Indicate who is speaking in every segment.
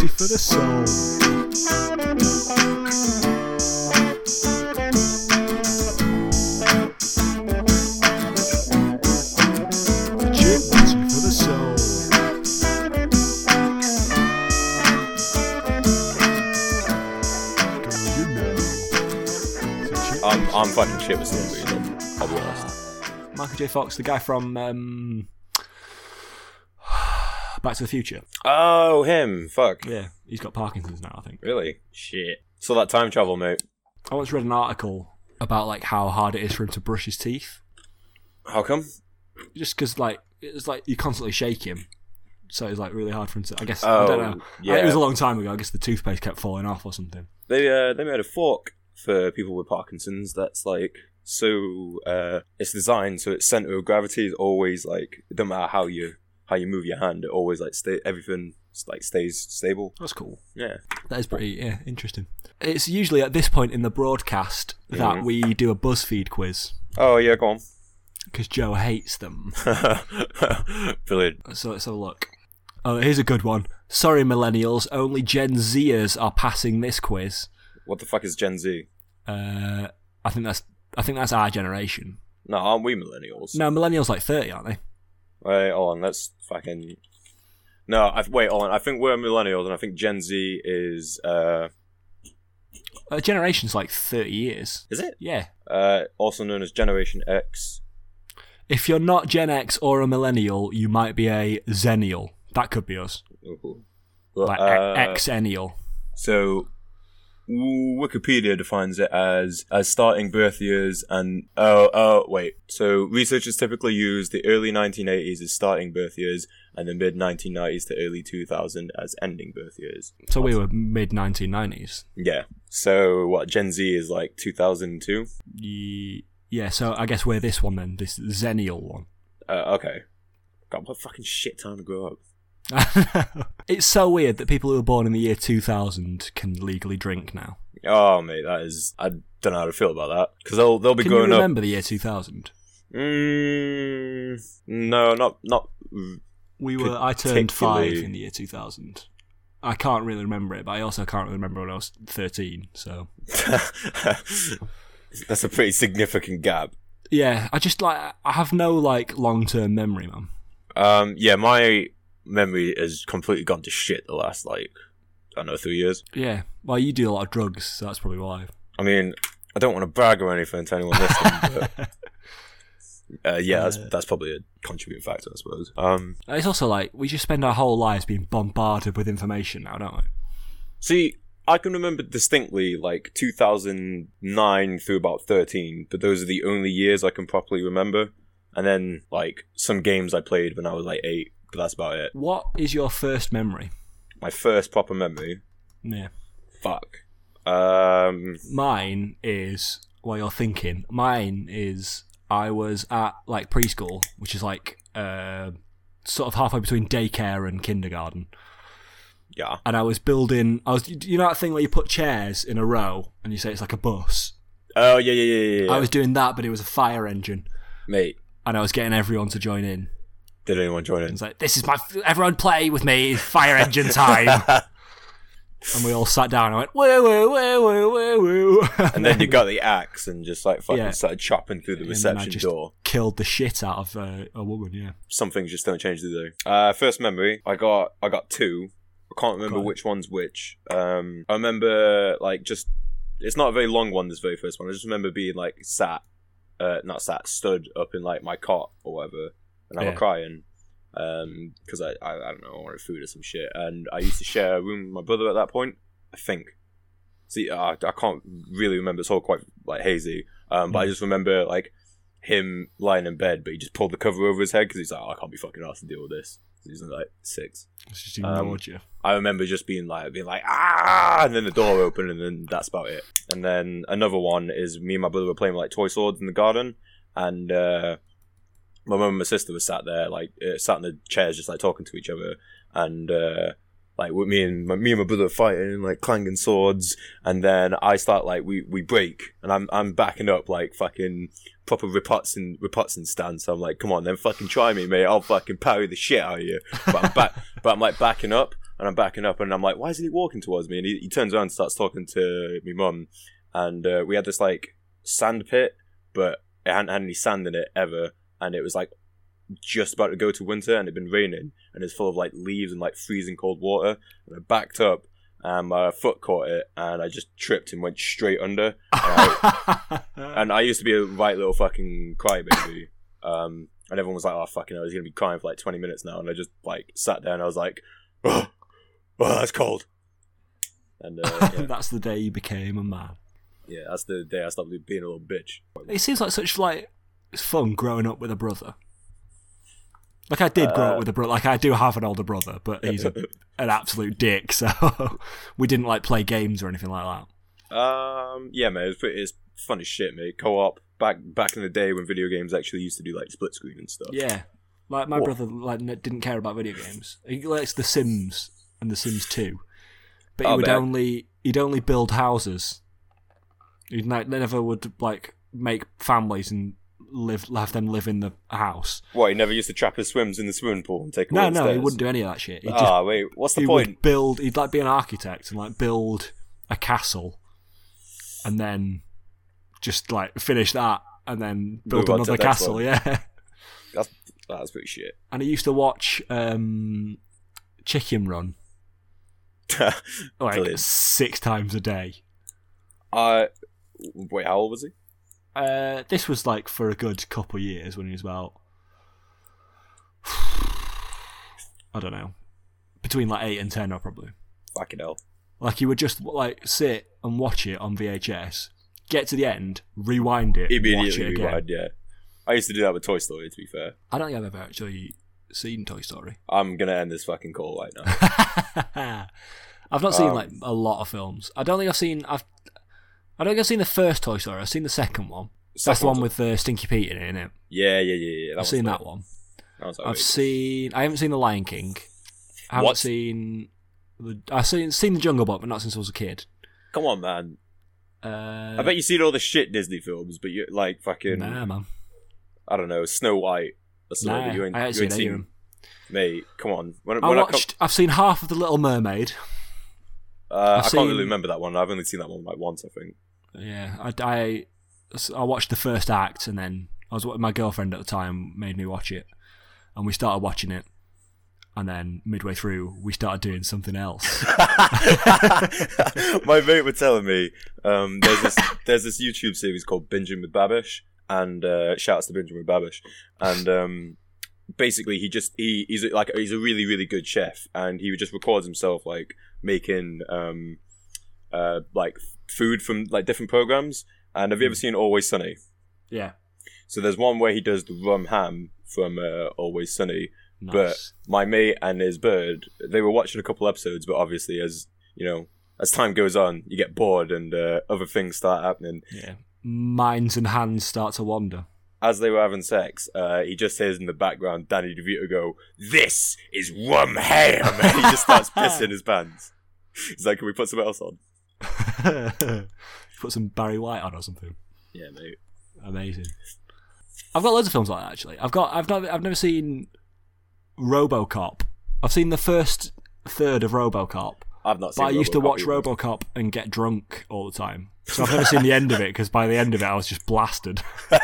Speaker 1: the soul. Chip music for the soul. Girl, you know. It's a chip
Speaker 2: I'm,
Speaker 1: music.
Speaker 2: Um, I'm fucking shit with Slim Reader. I'll be honest.
Speaker 1: Michael J. Fox, the guy from um, Back to the Future.
Speaker 2: Oh, him. Fuck.
Speaker 1: Yeah, he's got Parkinson's now, I think.
Speaker 2: Really? Shit. So that time travel, mate.
Speaker 1: I once read an article about like how hard it is for him to brush his teeth,
Speaker 2: How come?
Speaker 1: just because like it's like you constantly shake him, so it's like really hard for him to. I guess I
Speaker 2: Oh,
Speaker 1: don't know.
Speaker 2: yeah.
Speaker 1: it was a long time ago. I guess the toothpaste kept falling off or something.
Speaker 2: They uh, they made a fork for people with Parkinson's that's like so uh, it's designed so its center of gravity is always like it doesn't matter how you how you move your hand, it always like stay everything like stays stable.
Speaker 1: That's cool.
Speaker 2: Yeah.
Speaker 1: That is pretty yeah interesting. Mm. It's usually at this point in the broadcast that we do a BuzzFeed quiz
Speaker 2: Oh yeah, go
Speaker 1: because Joe hates them.
Speaker 2: on. Brilliant.
Speaker 1: So let's have a look. Oh, here's a good one. Sorry, millennials, only Gen Zers are passing this quiz.
Speaker 2: What the fuck is Gen Z?
Speaker 1: Uh, I think that's I think that's our generation.
Speaker 2: No, aren't we millennials?
Speaker 1: No, millennials like thirty, aren't they?
Speaker 2: Wait, hold on. Let's fucking. No, I wait. Hold on. I think we're millennials, and I think Gen Z is. uh
Speaker 1: A generation's like thirty years.
Speaker 2: Is it?
Speaker 1: Yeah.
Speaker 2: Uh, also known as Generation X.
Speaker 1: If you're not Gen X or a millennial, you might be a Xennial. That could be us.
Speaker 2: Ooh.
Speaker 1: Like E-,
Speaker 2: Uh,
Speaker 1: X Xennial.
Speaker 2: So, Wikipedia defines it as as starting birth years and oh oh wait. So researchers typically use the early 1980s as starting birth years and the mid 1990s to early 2000 as ending birth years.
Speaker 1: So we were mid 1990s.
Speaker 2: Yeah. So what Gen Z is like 2002.
Speaker 1: Ye- Yeah, so I guess we're this one then, this Xennial one.
Speaker 2: Uh, okay. God, what a fucking shit time to grow up.
Speaker 1: it's so weird that people who were born in the year 2000 can legally drink now.
Speaker 2: Oh mate, that is. I don't know how to feel about that because they'll they'll be
Speaker 1: Can you
Speaker 2: growing up.
Speaker 1: remember the year 2000?
Speaker 2: Mm, no, not not.
Speaker 1: We were. I turned five
Speaker 2: particularly-
Speaker 1: in the year 2000. I can't really remember it, but I also can't really remember when I was 13. So
Speaker 2: That's a pretty significant gap.
Speaker 1: yeah, I just like I have no like long term memory, man.
Speaker 2: Um, yeah, my memory has completely gone to shit the last like I don't know three years.
Speaker 1: Yeah, well, you do a lot of drugs, so that's probably why.
Speaker 2: I mean, I don't want to brag or anything to anyone listening, but uh, yeah, that's that's probably a contributing factor, I suppose. Um,
Speaker 1: It's also like we just spend our whole lives being bombarded with information now, don't we?
Speaker 2: See, I can remember distinctly like 2009 through about 13, but those are the only years I can properly remember. And then like some games I played when I was like eight, but that's about it.
Speaker 1: What is your first memory?
Speaker 2: My first proper memory.
Speaker 1: Yeah,
Speaker 2: Fuck. Um.
Speaker 1: mine is while you're thinking. Mine is I was at like preschool, which is like uh, sort of halfway between daycare and kindergarten.
Speaker 2: Yeah.
Speaker 1: and I was building. I was, you know, that thing where you put chairs in a row and you say it's like a bus.
Speaker 2: Oh yeah yeah yeah yeah. yeah.
Speaker 1: I was doing that, but it was a fire engine,
Speaker 2: Mate,
Speaker 1: and I was getting everyone to join in.
Speaker 2: did anyone join in?
Speaker 1: It's like this is my f- everyone play with me, it's fire engine time. and we all sat down. and I went woo woo woo woo woo woo,
Speaker 2: And then you got the axe and just like fucking
Speaker 1: Yeah.
Speaker 2: started chopping through the
Speaker 1: And then I
Speaker 2: reception
Speaker 1: just
Speaker 2: door.
Speaker 1: Killed the shit out of uh, a woman. Yeah,
Speaker 2: some things just don't change, do they? Uh, first memory, I got I got two. I can't remember
Speaker 1: Got it.
Speaker 2: which one's which. Um, I remember like just it's not a very long one. This very first one, I just remember being like sat, uh, not sat, stood up in like my cot or whatever, and I
Speaker 1: Yeah.
Speaker 2: was crying because I, I I don't know I wanted food or some shit, and I used to share a room with my brother at that point. I think. See, I, I can't really remember. It's all quite like hazy. Um, but I just remember like him lying in bed, but he just pulled the cover over his head because he's like, oh, I can't be fucking asked to deal with this. 'Cause He's like six.
Speaker 1: it's just
Speaker 2: Um,
Speaker 1: ignored you.
Speaker 2: I remember just being like, being like, ah, and then the door opened, and then that's about it. And then another one is me and my brother were playing with, like toy swords in the garden, and uh, my mum and my sister were sat there, like uh, sat in the chairs, just like talking to each other, and uh, like with me and my, me and my brother fighting, and, like clanging swords, and then I start like we we break, and I'm I'm backing up like fucking proper Ripotson Ripotson stance. I'm like, come on, then fucking try me, mate. I'll fucking parry the shit out of you. But I'm back, but I'm like backing up, and I'm backing up, and I'm like, why isn't he walking towards me? And he, he turns around and starts talking to my mum, and uh, we had this like sand pit, but it hadn't had any sand in it ever, and it was like just about to go to winter, and it'd been raining, and it's full of like leaves and like freezing cold water, and I backed up. And my foot caught it, and I just tripped and went straight under. And I used to be a right little fucking crybaby. Um, and everyone was like, "Oh fucking, hell, I was gonna be crying for like twenty minutes now." And I just like sat there and I was like, "Oh, oh that's cold." And uh, yeah,
Speaker 1: That's the day you became a man.
Speaker 2: yeah, that's the day I stopped being a little bitch.
Speaker 1: It seems like such like fun growing up with a brother. Like I did grow
Speaker 2: Uh,
Speaker 1: up with a brother. Like I do have an older brother, but he's a, an absolute dick. So we didn't like play games or anything like that.
Speaker 2: Um, yeah, man, it's pretty, it's fun as shit, mate. Co-op back back in the day when video games actually used to do like split screen and stuff.
Speaker 1: Yeah, like my
Speaker 2: What?
Speaker 1: brother like n- didn't care about video games. He likes The Sims and The Sims Two, but he
Speaker 2: Oh,
Speaker 1: would
Speaker 2: man.
Speaker 1: only he'd only build houses. He'd like, never would like make families and live have them live in the house.
Speaker 2: What? He never used to trap his swims in the swimming pool and take.
Speaker 1: No,
Speaker 2: away
Speaker 1: no, he wouldn't do any of that shit. He'd just
Speaker 2: Ah, wait, what's the
Speaker 1: he
Speaker 2: point?
Speaker 1: would build. He'd like be an architect and like build a castle, and then just like finish that, and then
Speaker 2: Move
Speaker 1: build
Speaker 2: on to
Speaker 1: another
Speaker 2: the next
Speaker 1: castle.
Speaker 2: one.
Speaker 1: Yeah.
Speaker 2: That's Ah, that's pretty shit.
Speaker 1: And I used to watch um, Chicken Run like
Speaker 2: Brilliant.
Speaker 1: six times a day.
Speaker 2: uh, wait, how old was he?
Speaker 1: Uh, this was like for a good couple years when he was about, I don't know, between like eight and ten, or probably.
Speaker 2: Fucking hell.
Speaker 1: Like he would just like sit and watch it on VHS, get to the end, rewind it, watch
Speaker 2: immediately
Speaker 1: it again.
Speaker 2: rewind. Yeah, I used to do that with Toy Story. To be fair,
Speaker 1: I don't think I've ever actually seen Toy Story.
Speaker 2: I'm gonna end this fucking call right now.
Speaker 1: I've not seen
Speaker 2: Um,
Speaker 1: like a lot of films. I don't think I've seen. I've. I don't think I've seen the first Toy Story. I've seen the second one. That's the one with uh, Stinky Pete in it, isn't it?
Speaker 2: Yeah, yeah, yeah. yeah.
Speaker 1: I've seen that one.
Speaker 2: That one's
Speaker 1: I've
Speaker 2: alright.
Speaker 1: seen. I haven't seen The Lion King. I haven't
Speaker 2: What?
Speaker 1: seen. The, I've seen seen The Jungle Book, but not since I was a kid.
Speaker 2: Come on, man.
Speaker 1: Uh,
Speaker 2: I bet you've seen all the shit Disney films, but you like fucking
Speaker 1: Nah, man.
Speaker 2: I don't know Snow White. That's the one,
Speaker 1: Nah,
Speaker 2: but you ain't,
Speaker 1: I haven't
Speaker 2: you ain't
Speaker 1: seen any of
Speaker 2: seen.
Speaker 1: them.
Speaker 2: Mate, come on. When,
Speaker 1: I
Speaker 2: when
Speaker 1: watched. I've seen half of The Little Mermaid.
Speaker 2: I, come, uh,
Speaker 1: I've
Speaker 2: I can't really
Speaker 1: seen-
Speaker 2: remember that one. I've only seen that one like once, I think.
Speaker 1: Yeah, I, I, I watched the first act, and then I was my girlfriend at the time made me watch it, and we started watching it, and then midway through we started doing something else.
Speaker 2: My mate were telling me um, there's this there's this YouTube series called Binging with Babish, and uh, shouts to Binging with Babish, and um, basically he just he he's a- like he's a really really good chef, and he would just records himself like making um, uh, like food from like different programs. And have you ever seen Always Sunny?
Speaker 1: yeah,
Speaker 2: So there's one where he does the rum ham from uh, Always Sunny,
Speaker 1: nice.
Speaker 2: But- my mate and his bird they were watching a couple episodes but obviously as you know as time goes on you get bored and uh, other things start happening
Speaker 1: yeah, minds and hands start to wander.
Speaker 2: as they were having sex uh, he just hears in the background danny devito go this is rum ham and he just starts pissing his pants he's like can we put something else on
Speaker 1: Put some Barry White on or something.
Speaker 2: yeah mate
Speaker 1: Amazing. I've got loads of films like that actually. I've got I've not I've never seen RoboCop. I've seen the first third of RoboCop.
Speaker 2: i've not seen
Speaker 1: But I used to
Speaker 2: RoboCop
Speaker 1: watch
Speaker 2: either.
Speaker 1: RoboCop and get drunk all the time. So I've never seen the end of it because by the end of it, I was just blasted.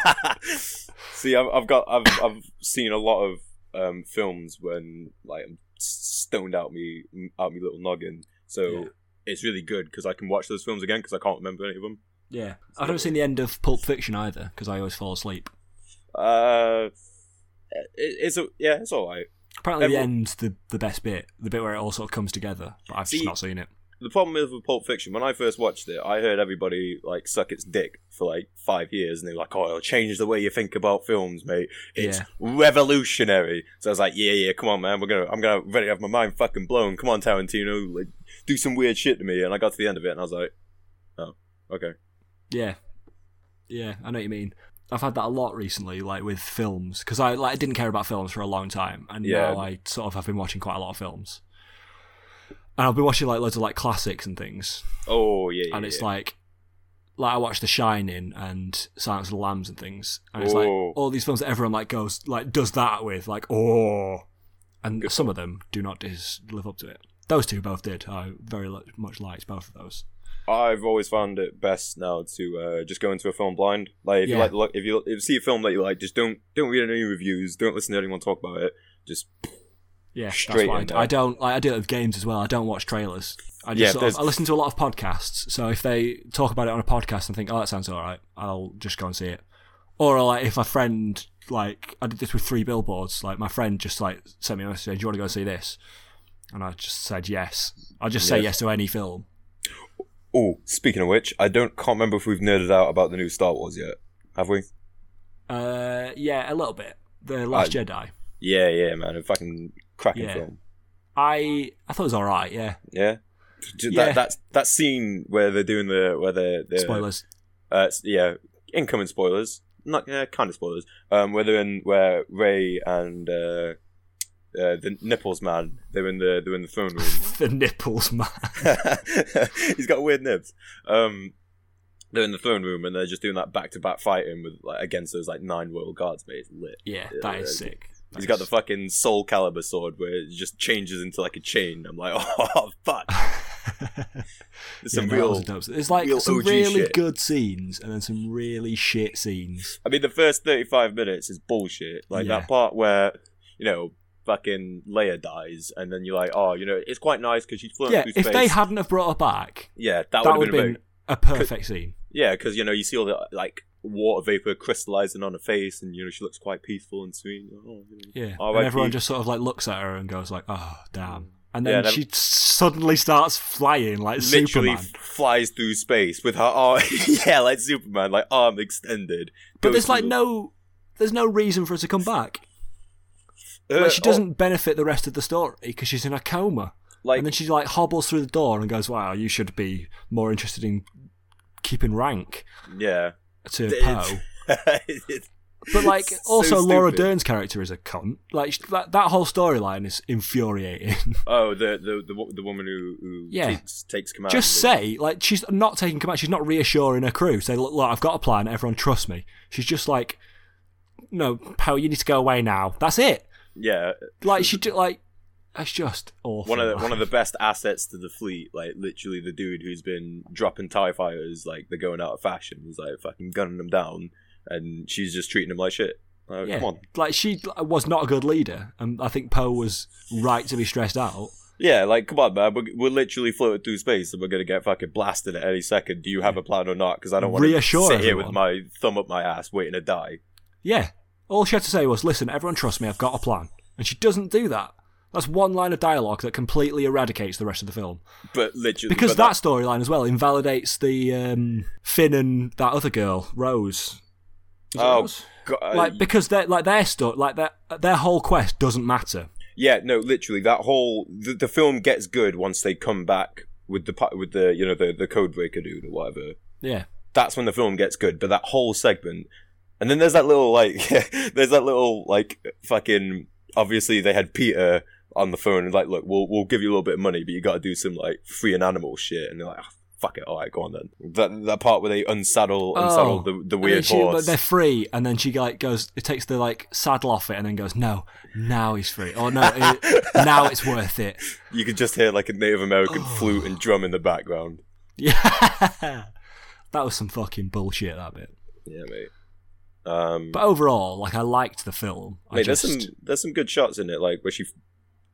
Speaker 2: See, I've, I've got, I've, I've seen a lot of um, films when like I'm stoned out me, out me little noggin. So
Speaker 1: Yeah.
Speaker 2: it's really good because I can watch those films again because I can't remember any of them.
Speaker 1: Yeah, I've never seen the end of Pulp Fiction either because I always fall asleep.
Speaker 2: Uh, it, it's a, yeah, it's all right.
Speaker 1: Apparently, the
Speaker 2: Every-
Speaker 1: end's the the best bit, the bit where it all sort of comes together. But I've just
Speaker 2: See-
Speaker 1: not seen it.
Speaker 2: The problem is with Pulp Fiction, when I first watched it, I heard everybody like suck its dick for like five years, and they were like, "Oh, it'll change the way you think about films, mate. It's
Speaker 1: Yeah.
Speaker 2: revolutionary." So I was like, "Yeah, yeah, come on, man. We're gonna, I'm gonna ready to have my mind fucking blown. Come on, Tarantino, like, do some weird shit to me." And I got to the end of it, and I was like, "Oh, okay."
Speaker 1: Yeah, yeah, I know what you mean. I've had that a lot recently, like with films, because I like I didn't care about films for a long time, and
Speaker 2: Yeah.
Speaker 1: now I sort of have been watching quite a lot of films. And I've been watching like loads of like classics and things.
Speaker 2: Oh yeah, yeah.
Speaker 1: and it's
Speaker 2: yeah.
Speaker 1: like like I watched The Shining and Silence of the Lambs and things, and it's like
Speaker 2: Oh.
Speaker 1: all these films that everyone like goes like does that with like oh, and some of them do not dis- live up to it. Those two both did. I very lo- much liked both of those.
Speaker 2: I've always found it best now to uh, just go into a film blind. Like if you
Speaker 1: Yeah.
Speaker 2: like, look, if you if you see a film that you like, just don't don't read any reviews, don't listen to anyone talk about it. Just
Speaker 1: Yeah,
Speaker 2: Straight
Speaker 1: that's why I
Speaker 2: in
Speaker 1: d-
Speaker 2: there.
Speaker 1: I, don't. Like, I do it with games as well. I don't watch trailers. I
Speaker 2: Yeah,
Speaker 1: just sort
Speaker 2: there's-
Speaker 1: of, I listen to a lot of podcasts. So if they talk about it on a podcast and think, "Oh, that sounds all right," I'll just go and see it. Or like if my friend like I did this with three billboards. Like my friend just like sent me a message, "Do you want to go see this?" And I just said yes. I just say
Speaker 2: Yeah.
Speaker 1: yes to any film.
Speaker 2: oh, speaking of which, I don't can't remember if we've nerded out about the new Star Wars yet. Have we?
Speaker 1: Uh, yeah, a little bit. The Last Jedi.
Speaker 2: Yeah, yeah, man, a fucking cracking
Speaker 1: Yeah.
Speaker 2: film.
Speaker 1: I I thought it was all right. Yeah.
Speaker 2: Yeah. J-
Speaker 1: Yeah.
Speaker 2: That that that scene where they're doing the where they're, they're
Speaker 1: Spoilers.
Speaker 2: uh, s- yeah, incoming spoilers, not yeah, kind of spoilers. Um, where they're in where Ray and uh, uh, the nipples man, they're in the they're in the throne
Speaker 1: the nipples, man.
Speaker 2: room. He's got weird nibs. Um, they're in the throne room and they're just doing that back to back fighting with like against those like nine royal guards, mate. It's lit.
Speaker 1: Yeah, that is
Speaker 2: Yeah,
Speaker 1: sick.
Speaker 2: He's got the fucking Soul Caliber sword where it just changes into like a chain. I'm like, oh fuck,
Speaker 1: the.
Speaker 2: there's
Speaker 1: Yeah,
Speaker 2: some
Speaker 1: no, that
Speaker 2: real
Speaker 1: was a dope scene. It's like
Speaker 2: real
Speaker 1: some
Speaker 2: OG
Speaker 1: really
Speaker 2: shit.
Speaker 1: good scenes and then some really shit scenes.
Speaker 2: I mean, the first 35 minutes is bullshit. Like
Speaker 1: Yeah.
Speaker 2: that part where, you know, fucking Leia dies, and then you're like, oh, you know, it's quite nice because she's floating
Speaker 1: yeah,
Speaker 2: through
Speaker 1: if
Speaker 2: space.
Speaker 1: they hadn't have brought her back,
Speaker 2: yeah, that,
Speaker 1: that
Speaker 2: would have been, a bit-
Speaker 1: a perfect scene.
Speaker 2: yeah, because you know you see all the like water vapor crystallizing on her face, and you know she looks quite peaceful and sweet. Oh, you know.
Speaker 1: Yeah,
Speaker 2: RIP.
Speaker 1: and everyone just sort of like looks at her and goes like, "Oh, damn!" And
Speaker 2: Mm. Yeah,
Speaker 1: then
Speaker 2: that-
Speaker 1: she suddenly starts flying like
Speaker 2: Literally
Speaker 1: Superman.
Speaker 2: flies through space with her arm, yeah, like Superman, like arm extended.
Speaker 1: But
Speaker 2: Goes
Speaker 1: there's like
Speaker 2: through-
Speaker 1: no, there's no reason for her to come back.
Speaker 2: Uh,
Speaker 1: Like, she
Speaker 2: oh,
Speaker 1: doesn't benefit the rest of the story because she's in a coma.
Speaker 2: uh, like
Speaker 1: and then she like hobbles through the door and goes, "Wow, you should be more interested in keeping rank
Speaker 2: yeah.
Speaker 1: to
Speaker 2: It's-
Speaker 1: Poe."
Speaker 2: it's
Speaker 1: But like,
Speaker 2: so
Speaker 1: also Laura
Speaker 2: stupid.
Speaker 1: Dern's character is a cunt. Like sh- that, that whole storyline is infuriating.
Speaker 2: Oh, the the the, wo- the woman who, who
Speaker 1: Yeah.
Speaker 2: takes, takes command.
Speaker 1: Just say like she's not taking command. She's not reassuring her crew. Say, look, look, I've got a plan. Everyone trust me. She's just like, no, Poe, you need to go away now. That's it.
Speaker 2: Yeah,
Speaker 1: Like she just like, it's just awful.
Speaker 2: one of the, one of the best assets to the fleet. Like literally, the dude who's been dropping tie fighters, like they're going out of fashion. He's like fucking gunning them down, and she's just treating them like shit. Like,
Speaker 1: Yeah.
Speaker 2: Come on,
Speaker 1: like she was not a good leader, and I think Poe was right to be stressed out.
Speaker 2: yeah, like come on, man. We're, we're literally floating through space, and we're gonna get fucking blasted at any second. Do you have a plan or not? Because I don't want to sit
Speaker 1: Reassure
Speaker 2: here with
Speaker 1: everyone.
Speaker 2: my thumb up my ass waiting to die.
Speaker 1: Yeah. All she had to say was, listen, everyone trust me, I've got a plan. And she doesn't do that. That's one line of dialogue that completely eradicates the rest of the film.
Speaker 2: But literally,
Speaker 1: Because
Speaker 2: but that-
Speaker 1: that storyline as well invalidates the um, Finn and that other girl, Rose. Is it
Speaker 2: Oh,
Speaker 1: Rose?
Speaker 2: God,
Speaker 1: like because their like their story, like their their whole quest doesn't matter.
Speaker 2: Yeah, no, literally that whole the, the film gets good once they come back with the pa- with the you know the the codebreaker dude or whatever.
Speaker 1: Yeah,
Speaker 2: That's when the film gets good. But that whole segment, and then there's that little like there's that little like fucking obviously they had Peter on the phone and like look we'll we'll give you a little bit of money but you got to do some like free an animal shit and they're like. "Ah, Fuck it! All right, go on then. That that part where they unsaddle unsaddle
Speaker 1: Oh,
Speaker 2: the, the
Speaker 1: and then
Speaker 2: weird
Speaker 1: she, But
Speaker 2: horse.
Speaker 1: they're free, and then she like goes, it takes the like saddle off it, and then goes, no, now he's free, or no, it, now it's worth it.
Speaker 2: You could just hear like a Native American
Speaker 1: Oh.
Speaker 2: flute and drum in the background.
Speaker 1: Yeah, that was some fucking bullshit. That bit.
Speaker 2: Yeah, mate. Um,
Speaker 1: But overall, like I liked the film. I
Speaker 2: Mate,
Speaker 1: just,
Speaker 2: there's some there's some good shots in it, like where she f-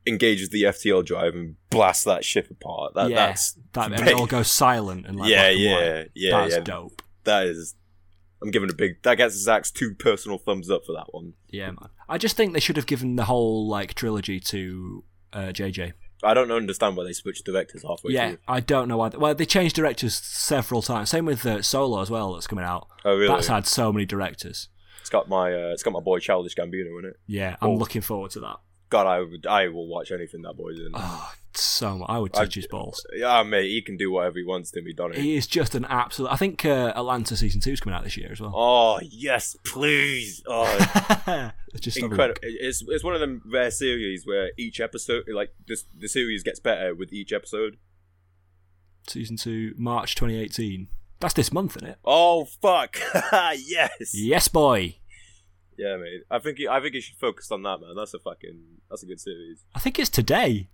Speaker 2: engages the FTL drive and blasts that ship apart. That,
Speaker 1: yeah,
Speaker 2: That's
Speaker 1: that and it all goes silent and like
Speaker 2: yeah,
Speaker 1: black and
Speaker 2: yeah,
Speaker 1: white.
Speaker 2: yeah,
Speaker 1: that's
Speaker 2: yeah.
Speaker 1: dope.
Speaker 2: That is. I'm giving a big. That gets Zach's two personal thumbs up for that one.
Speaker 1: Yeah, man. I just think they should have given the whole like trilogy to uh, JJ.
Speaker 2: I don't understand why they switched directors halfway
Speaker 1: yeah,
Speaker 2: through.
Speaker 1: I don't know why. Well, they changed directors several times. Same with uh, Solo as well. That's coming out.
Speaker 2: Oh really?
Speaker 1: That's had so many directors.
Speaker 2: it's got my uh, it's got my boy Childish Gambino in it.
Speaker 1: Yeah, I'm
Speaker 2: Oh.
Speaker 1: looking forward to that.
Speaker 2: God, I would I will watch anything that boy's in.
Speaker 1: Oh, so much. I would touch his balls.
Speaker 2: yeah, mate, he can do whatever he wants to me, Donny.
Speaker 1: He is just an absolute. I think uh, Atlanta season two is coming out this year as well.
Speaker 2: Oh yes, please. Oh,
Speaker 1: just have a
Speaker 2: incredible.
Speaker 1: look.
Speaker 2: It's it's one of them rare series where each episode, like this, the series gets better with each episode.
Speaker 1: Season two, March 2018. That's this month, isn't it?
Speaker 2: Oh fuck! yes.
Speaker 1: Yes, boy.
Speaker 2: Yeah, mate. I think he, I think you should focus on that, man. That's a fucking that's a good series.
Speaker 1: I think it's today.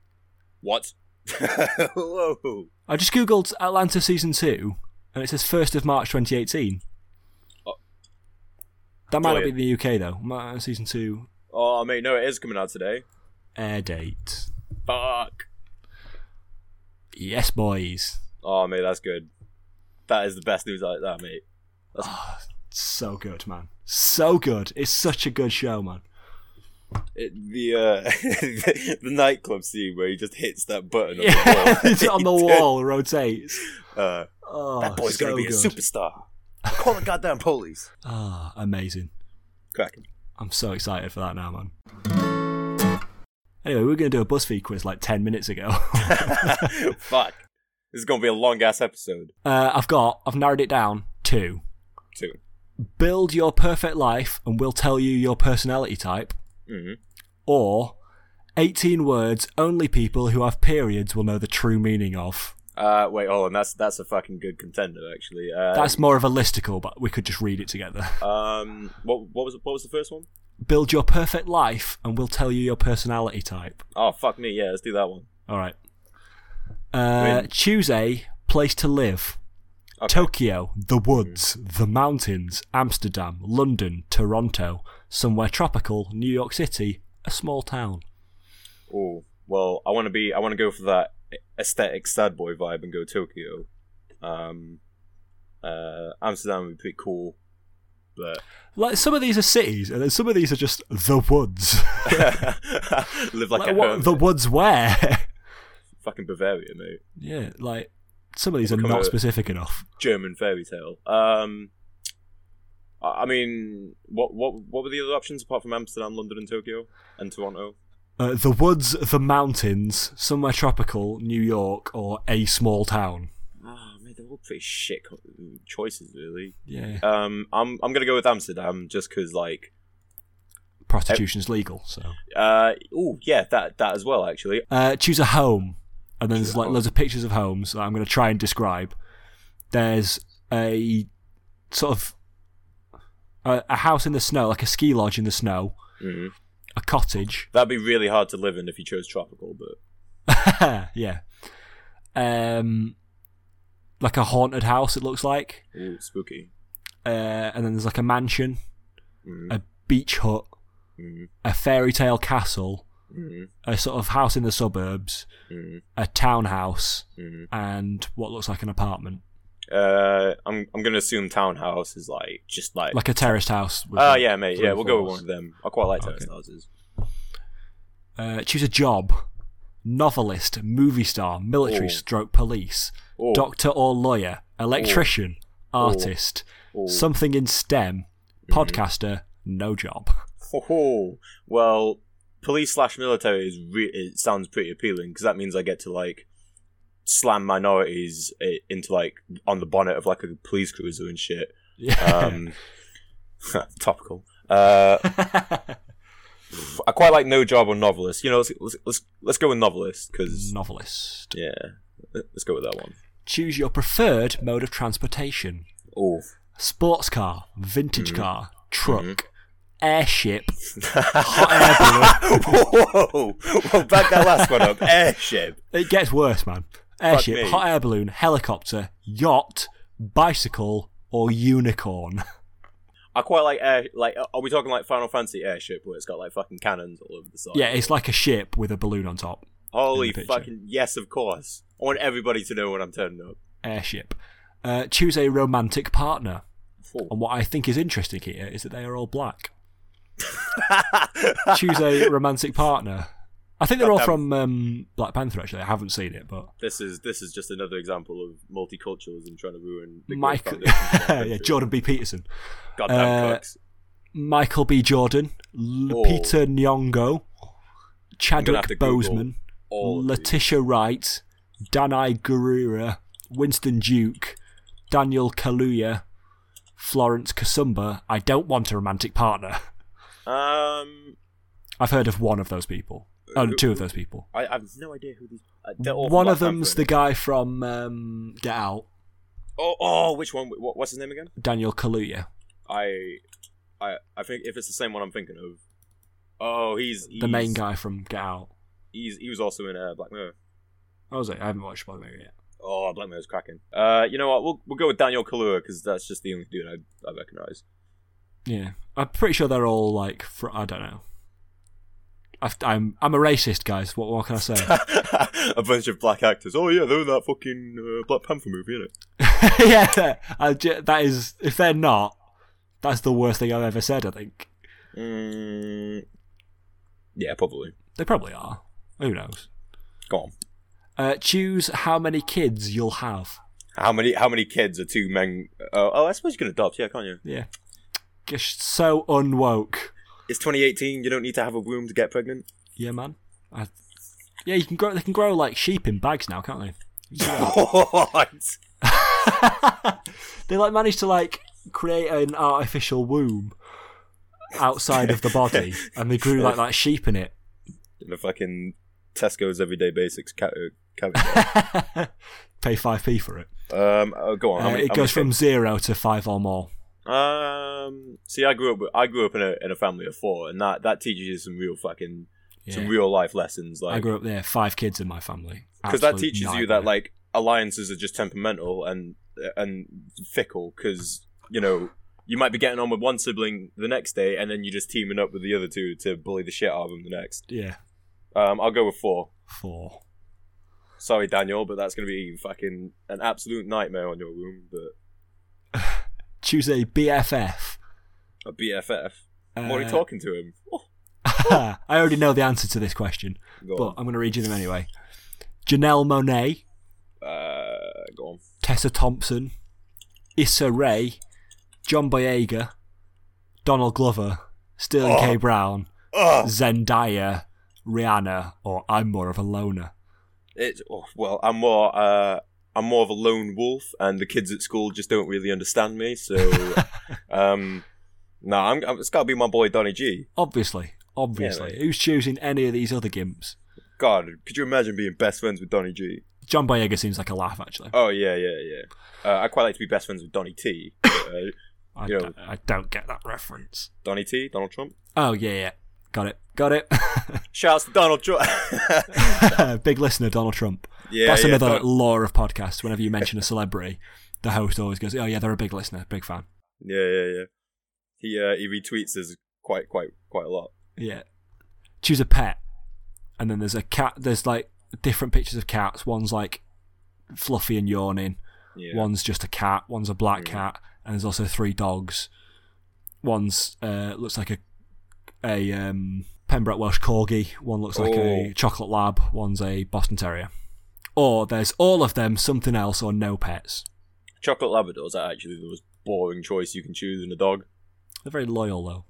Speaker 2: What? Whoa.
Speaker 1: I just googled Atlanta season two, and it says first of March 2018.
Speaker 2: Oh.
Speaker 1: That might
Speaker 2: Oh,
Speaker 1: not
Speaker 2: yeah.
Speaker 1: be in the UK though. Ma- Season two
Speaker 2: Oh, mate, no, it is coming out today.
Speaker 1: air date.
Speaker 2: Fuck.
Speaker 1: Yes, boys.
Speaker 2: Oh, mate, that's good. That is the best news like that, mate.
Speaker 1: So good, man. So good. It's such a good show, man.
Speaker 2: It, the uh, the nightclub scene where he just hits that button on
Speaker 1: Yeah,
Speaker 2: the wall.
Speaker 1: it's on the wall, rotates.
Speaker 2: Uh,
Speaker 1: Oh,
Speaker 2: that boy's gonna
Speaker 1: so
Speaker 2: be
Speaker 1: good.
Speaker 2: a superstar. Call the goddamn police.
Speaker 1: Ah, amazing.
Speaker 2: Cracking.
Speaker 1: I'm so excited for that now, man. Anyway, we were going to do a BuzzFeed quiz like 10 minutes ago.
Speaker 2: Fuck. This is gonna be a long ass episode.
Speaker 1: uh, I've got, I've narrowed it down to
Speaker 2: Too.
Speaker 1: build your perfect life and we'll tell you your personality type,
Speaker 2: hmm
Speaker 1: or 18 words only people who have periods will know the true meaning of.
Speaker 2: Uh, wait, hold on. That's that's a fucking good contender, actually. Uh,
Speaker 1: That's more of a listicle, but we could just read it together.
Speaker 2: um. What what was what was the first one?
Speaker 1: Build your perfect life and we'll tell you your personality type.
Speaker 2: Oh fuck me. Yeah, let's do that one.
Speaker 1: All right. Uh,
Speaker 2: Win.
Speaker 1: choose a place to live.
Speaker 2: Okay. Hmm.
Speaker 1: Tokyo, the woods, the mountains, Amsterdam, London, Toronto, somewhere tropical, New York City, a small town.
Speaker 2: Oh well, I want to be. I want to go for that aesthetic sad boy vibe and go Tokyo. Um, uh, Amsterdam would be pretty cool, but
Speaker 1: Like some of these are cities, and then some of these are just the woods.
Speaker 2: live like,
Speaker 1: Like,
Speaker 2: a
Speaker 1: what-
Speaker 2: hermit.
Speaker 1: the woods where?
Speaker 2: fucking Bavaria, mate.
Speaker 1: yeah, like some of these are
Speaker 2: Come
Speaker 1: not
Speaker 2: over.
Speaker 1: specific enough.
Speaker 2: German fairy tale. Um, I I mean, what what what were the other options apart from Amsterdam, London, and Tokyo and Toronto?
Speaker 1: Uh, the woods, the mountains, somewhere tropical, New York, or a small town.
Speaker 2: Ah, mate, they're all pretty shit co- choices, really.
Speaker 1: Yeah,
Speaker 2: Um, I'm I'm gonna go with Amsterdam just because like.
Speaker 1: prostitution's legal, so.
Speaker 2: Uh, oh yeah, that that as well actually.
Speaker 1: Uh, choose a home, and then
Speaker 2: Choose
Speaker 1: there's
Speaker 2: a
Speaker 1: like
Speaker 2: home.
Speaker 1: loads of pictures of homes that I'm going to try and describe. There's a sort of a, a house in the snow, like a ski lodge in the snow,
Speaker 2: Mhm.
Speaker 1: a cottage.
Speaker 2: That'd be really hard to live in if you chose tropical, but
Speaker 1: yeah, um, like a haunted house. It looks like,
Speaker 2: ooh, spooky.
Speaker 1: uh, and then there's like a mansion,
Speaker 2: Mm,
Speaker 1: a beach hut,
Speaker 2: mm,
Speaker 1: a fairy tale castle,
Speaker 2: mm,
Speaker 1: a sort of house in the suburbs,
Speaker 2: mm,
Speaker 1: a townhouse,
Speaker 2: mm.
Speaker 1: and what looks like an apartment,
Speaker 2: Uh, I'm I'm gonna assume townhouse is like just like.
Speaker 1: like a terraced house. with,
Speaker 2: Oh
Speaker 1: like,
Speaker 2: yeah, mate.
Speaker 1: three
Speaker 2: Yeah, we'll go with
Speaker 1: floors.
Speaker 2: one of them. I quite like terrace
Speaker 1: Okay.
Speaker 2: houses.
Speaker 1: Uh, choose a job. Novelist, movie star, military
Speaker 2: Ooh.
Speaker 1: stroke police,
Speaker 2: Ooh,
Speaker 1: doctor or lawyer, electrician, artist,
Speaker 2: ooh. Mm-hmm.
Speaker 1: something in STEM, podcaster, no job.
Speaker 2: Ho, ho. Well, police slash military is re- it sounds pretty appealing because that means I get to like slam minorities i- into like on the bonnet of like a police cruiser and shit. Um, topical. Uh, I quite like no job or novelist. You know, let's let's let's, let's go with novelist because
Speaker 1: Novelist.
Speaker 2: yeah, let's go with that one.
Speaker 1: Choose your preferred mode of transportation
Speaker 2: Oh,
Speaker 1: sports car, vintage
Speaker 2: Mm-hmm.
Speaker 1: car, truck, airship, hot air balloon.
Speaker 2: whoa! Well, back that last one up. Airship.
Speaker 1: It gets worse, man. Airship,
Speaker 2: me.
Speaker 1: hot air balloon, helicopter, yacht, bicycle, or unicorn.
Speaker 2: I quite like air. Like, are we talking like Final Fantasy airship where it's got like fucking cannons all over the side?
Speaker 1: Yeah, it's like a ship with a balloon on top.
Speaker 2: Holy
Speaker 1: in the picture.
Speaker 2: fucking yes, of course. I want everybody to know when I'm turning up.
Speaker 1: Airship. Uh, choose a romantic partner.
Speaker 2: Oh.
Speaker 1: And what I think is interesting here is that they are all black. Choose a romantic partner. I think they're all
Speaker 2: Goddamn.
Speaker 1: from um, Black Panther, actually. I haven't seen it, but.
Speaker 2: This is this is just another example of multiculturalism trying to ruin the
Speaker 1: Michael.
Speaker 2: growth foundations of our
Speaker 1: yeah,
Speaker 2: country.
Speaker 1: Jordan B. Peterson.
Speaker 2: Goddamn
Speaker 1: uh,
Speaker 2: cooks.
Speaker 1: Michael B. Jordan. Lupita Nyongo.
Speaker 2: Oh. have to
Speaker 1: Chadwick
Speaker 2: Google
Speaker 1: Boseman.
Speaker 2: All of these.
Speaker 1: Letitia Wright, Danai Gurira, Winston Duke, Daniel Kaluuya, Florence Kasumba. I don't want a romantic partner.
Speaker 2: Um,
Speaker 1: I've heard of one of those people. Oh,
Speaker 2: Who-
Speaker 1: two of those people.
Speaker 2: I, I have no idea who these. Uh, they're all from
Speaker 1: One
Speaker 2: Black
Speaker 1: of them's
Speaker 2: Panther,
Speaker 1: the
Speaker 2: innit?
Speaker 1: guy from um, Get Out,
Speaker 2: Oh, oh, which one? What, what's his name again?
Speaker 1: Daniel Kaluuya,
Speaker 2: I, I, I think if it's the same one I'm thinking of. Oh, he's, he's
Speaker 1: the main guy from Get Out.
Speaker 2: He's he was also in uh, Black Mirror.
Speaker 1: Oh, was it? I haven't watched Black Mirror yet.
Speaker 2: Oh, Black Mirror's cracking. Uh, you know what? We'll we'll go with Daniel Kaluuya because that's just the only dude I I recognize.
Speaker 1: Yeah, I'm pretty sure they're all like fr- I don't know. i I'm I'm a racist, guys. What what can I say?
Speaker 2: a bunch of black actors. Oh yeah, they're in that fucking uh, Black Panther movie, innit?
Speaker 1: yeah, I ju- that is if they're not, that's the worst thing I've ever said. I think
Speaker 2: Mm, yeah, probably.
Speaker 1: they probably are. Who knows?
Speaker 2: Go on.
Speaker 1: Uh, choose how many kids you'll have.
Speaker 2: How many how many kids are two men? Oh, oh I suppose you can adopt. Yeah, can't you?
Speaker 1: Yeah, just so unwoke.
Speaker 2: It's 2018. You don't need to have a womb to get pregnant.
Speaker 1: Yeah, man. I, yeah, you can grow. They can grow like sheep in bags now, can't they?
Speaker 2: What?
Speaker 1: they like managed to like create an artificial womb outside of the body, and they grew like like sheep in it.
Speaker 2: In a fucking Tesco's everyday basics ca- uh, cabinet.
Speaker 1: Pay five p for it.
Speaker 2: um, oh, go on. How
Speaker 1: Uh,
Speaker 2: many,
Speaker 1: it
Speaker 2: how
Speaker 1: goes
Speaker 2: many
Speaker 1: from zero to five or more.
Speaker 2: kids? Um, see, I grew up. With, I grew up in a in a family of four, and that that teaches you some real fucking some
Speaker 1: Yeah.
Speaker 2: real life lessons.
Speaker 1: I
Speaker 2: Like,
Speaker 1: grew up there. Five kids in my family.
Speaker 2: because that
Speaker 1: Absolute
Speaker 2: teaches you
Speaker 1: nightmare.
Speaker 2: that like alliances are just temperamental and and fickle because you know you might be getting on with one sibling the next day and then you're just teaming up with the other two to bully the shit out of them the next
Speaker 1: yeah,
Speaker 2: um i'll go with four
Speaker 1: four.
Speaker 2: sorry daniel but that's gonna be fucking an absolute nightmare on your room but
Speaker 1: Choose a BFF.
Speaker 2: a bff i'm
Speaker 1: Uh,
Speaker 2: already talking to him Oh,
Speaker 1: I already know the answer to this question,
Speaker 2: go
Speaker 1: but I'm going to read you them anyway. Janelle Monet,
Speaker 2: on uh go on
Speaker 1: Tessa Thompson, Issa Rae, John Boyega, Donald Glover, Sterling K.
Speaker 2: Oh.
Speaker 1: Brown,
Speaker 2: oh,
Speaker 1: Zendaya, Rihanna, or I'm more of a loner.
Speaker 2: it's oh, well i'm more uh i'm more of a lone wolf and the kids at school just don't really understand me so Um, no, I'm, I'm, it's got to be my boy Donny G.
Speaker 1: obviously, obviously.
Speaker 2: mate.
Speaker 1: Who's choosing any of these other gimps?
Speaker 2: God, could you imagine being best friends with Donny G?
Speaker 1: John Boyega seems like a laugh, actually.
Speaker 2: Oh yeah, yeah, yeah. Uh, I quite like to be best friends with Donny T. Uh,
Speaker 1: I,
Speaker 2: yeah.
Speaker 1: don't, I don't get that reference.
Speaker 2: Donny T. Donald Trump.
Speaker 1: Oh, yeah, yeah. Got it. Got it.
Speaker 2: Shouts to Donald Trump.
Speaker 1: Big listener, Donald Trump.
Speaker 2: yeah,
Speaker 1: That's
Speaker 2: yeah,
Speaker 1: another
Speaker 2: Don-
Speaker 1: law of podcasts. Whenever you mention a celebrity, the host always goes, oh, yeah, they're a big listener, big fan.
Speaker 2: yeah, yeah, yeah. He uh, he retweets us quite, quite, quite a lot.
Speaker 1: Yeah. Choose a pet. And then there's a cat. There's like different pictures of cats. One's like fluffy and yawning.
Speaker 2: Yeah.
Speaker 1: One's just a cat. One's a black cat. And there's also three dogs. One's uh, looks like a a um, Pembroke Welsh Corgi. One looks like
Speaker 2: Oh.
Speaker 1: a chocolate lab. One's a Boston Terrier. Or there's all of them, something else, or no pets.
Speaker 2: Chocolate Labradors are actually the most boring choice you can choose in a dog.
Speaker 1: They're very loyal though.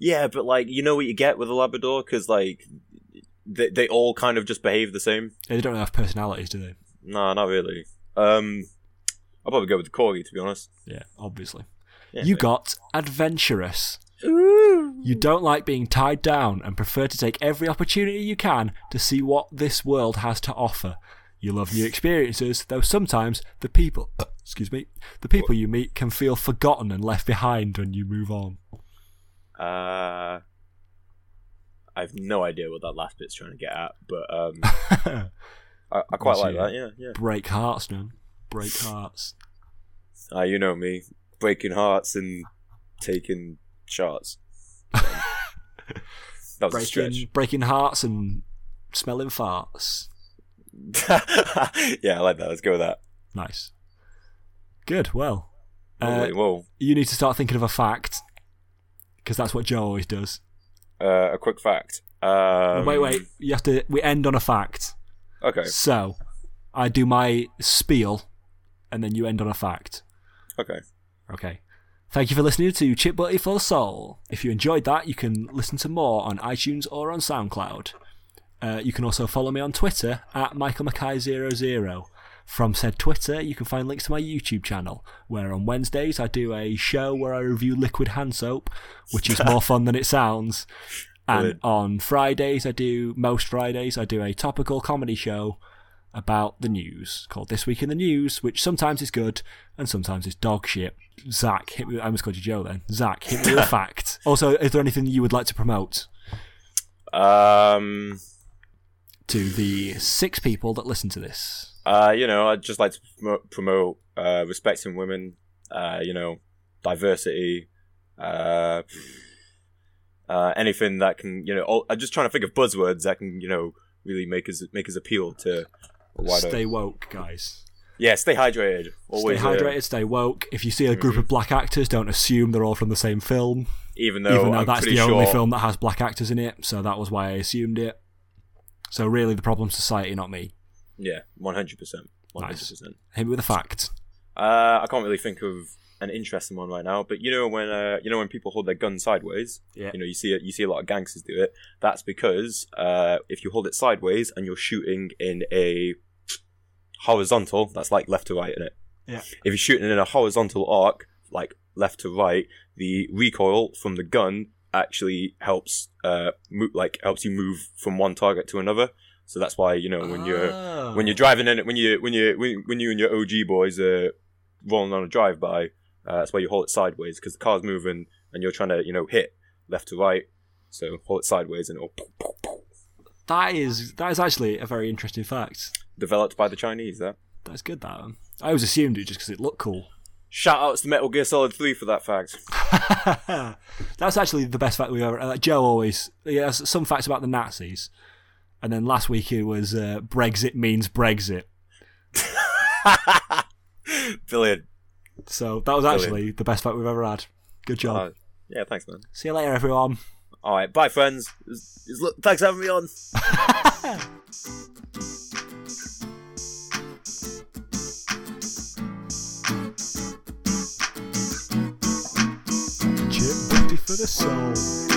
Speaker 2: Yeah, but like you know what you get with a Labrador because like they they all kind of just behave the same.
Speaker 1: They don't have personalities, do they?
Speaker 2: No, not really. Um, I'll probably go with the corgi to be honest.
Speaker 1: Yeah, obviously.
Speaker 2: Yeah.
Speaker 1: You got adventurous. You don't like being tied down and prefer to take every opportunity you can to see what this world has to offer. You love new experiences, though sometimes the people, uh, excuse me, the people you meet can feel forgotten and left behind when you move on.
Speaker 2: Uh, I have no idea what that last bit's trying to get at, but um, I, I quite
Speaker 1: see
Speaker 2: like
Speaker 1: it.
Speaker 2: that. Yeah, yeah.
Speaker 1: Break hearts, man. Break hearts.
Speaker 2: Ah, you know me, breaking hearts and taking shots. that was a
Speaker 1: Breaking, breaking hearts and smelling farts.
Speaker 2: stretch. yeah, I like that. Let's go with that.
Speaker 1: Nice. Good. Well, uh,
Speaker 2: Lovely. Whoa,
Speaker 1: you need to start thinking of a fact because that's what Joe always does.
Speaker 2: uh, a quick fact. Um,
Speaker 1: wait, wait. You have to. We end on a fact.
Speaker 2: Okay,
Speaker 1: So, I do my spiel, and then you end on a fact.
Speaker 2: okay.
Speaker 1: Okay. Thank you for listening to Chip Butty for the Soul. If you enjoyed that, you can listen to more on iTunes or on SoundCloud. Uh, you can also follow me on Twitter at Michael McKay00. From said Twitter, you can find links to my YouTube channel, where on Wednesdays I do a show where I review liquid hand soap, which is more fun than it sounds. And
Speaker 2: Brilliant.
Speaker 1: on Fridays, I do, most Fridays, I do a topical comedy show about the news called This Week in the News, which sometimes is good and sometimes is dog shit. Zach, hit me, I almost called you Joe then. Zach, hit me with a fact. Also, is there anything you would like to promote?
Speaker 2: Um,
Speaker 1: to the six people that listen to this.
Speaker 2: Uh, you know, I'd just like to promo- promote uh, respecting women, uh, you know, diversity, uh, uh, anything that can, you know, all, I'm just trying to think of buzzwords that can, you know, really make us make us appeal to a wider.
Speaker 1: Stay woke, guys.
Speaker 2: yeah, stay hydrated. Always Mm-hmm.
Speaker 1: stay
Speaker 2: uh,
Speaker 1: hydrated, stay woke. If you see a group of black actors, don't assume they're all from the same film,
Speaker 2: even though,
Speaker 1: even though
Speaker 2: I'm
Speaker 1: that's
Speaker 2: pretty
Speaker 1: the only
Speaker 2: sure-
Speaker 1: film that has black actors in it. So that was why I assumed it. So really, the problem's society, not me.
Speaker 2: Yeah, 100%. 100%.
Speaker 1: Hit me with a fact.
Speaker 2: Uh, I can't really think of an interesting one right now, but you know when uh, you know when people hold their gun sideways,
Speaker 1: Yeah.
Speaker 2: you know you see it, you see a lot of gangsters do it. That's because uh, if you hold it sideways and you're shooting in a horizontal, that's like left to right in it.
Speaker 1: Yeah.
Speaker 2: If you're shooting in a horizontal arc, like left to right, the recoil from the gun actually helps uh mo- like helps you move from one target to another. So that's why you know when
Speaker 1: Ah.
Speaker 2: you're when you're driving in it, when you when you when, when you and your OG boys are rolling on a drive by, uh, that's why you hold it sideways because the car's moving and you're trying to you know hit left to right. So hold it sideways and it'll
Speaker 1: That is that is actually a very interesting fact.
Speaker 2: developed by the Chinese. That
Speaker 1: That's good. That one. I always assumed it just because it looked cool.
Speaker 2: shout outs to Metal Gear Solid Three for that fact.
Speaker 1: That's actually the best fact we've ever. Uh, Joe always he has some facts about the Nazis, and then last week it was uh, Brexit means Brexit.
Speaker 2: Brilliant.
Speaker 1: So that was actually the best fact we've ever had. Good job.
Speaker 2: Uh, yeah, thanks, man.
Speaker 1: See you later, everyone.
Speaker 2: All right, bye, friends. It was- it was- look, thanks for having me on.
Speaker 1: Chip booty for the soul.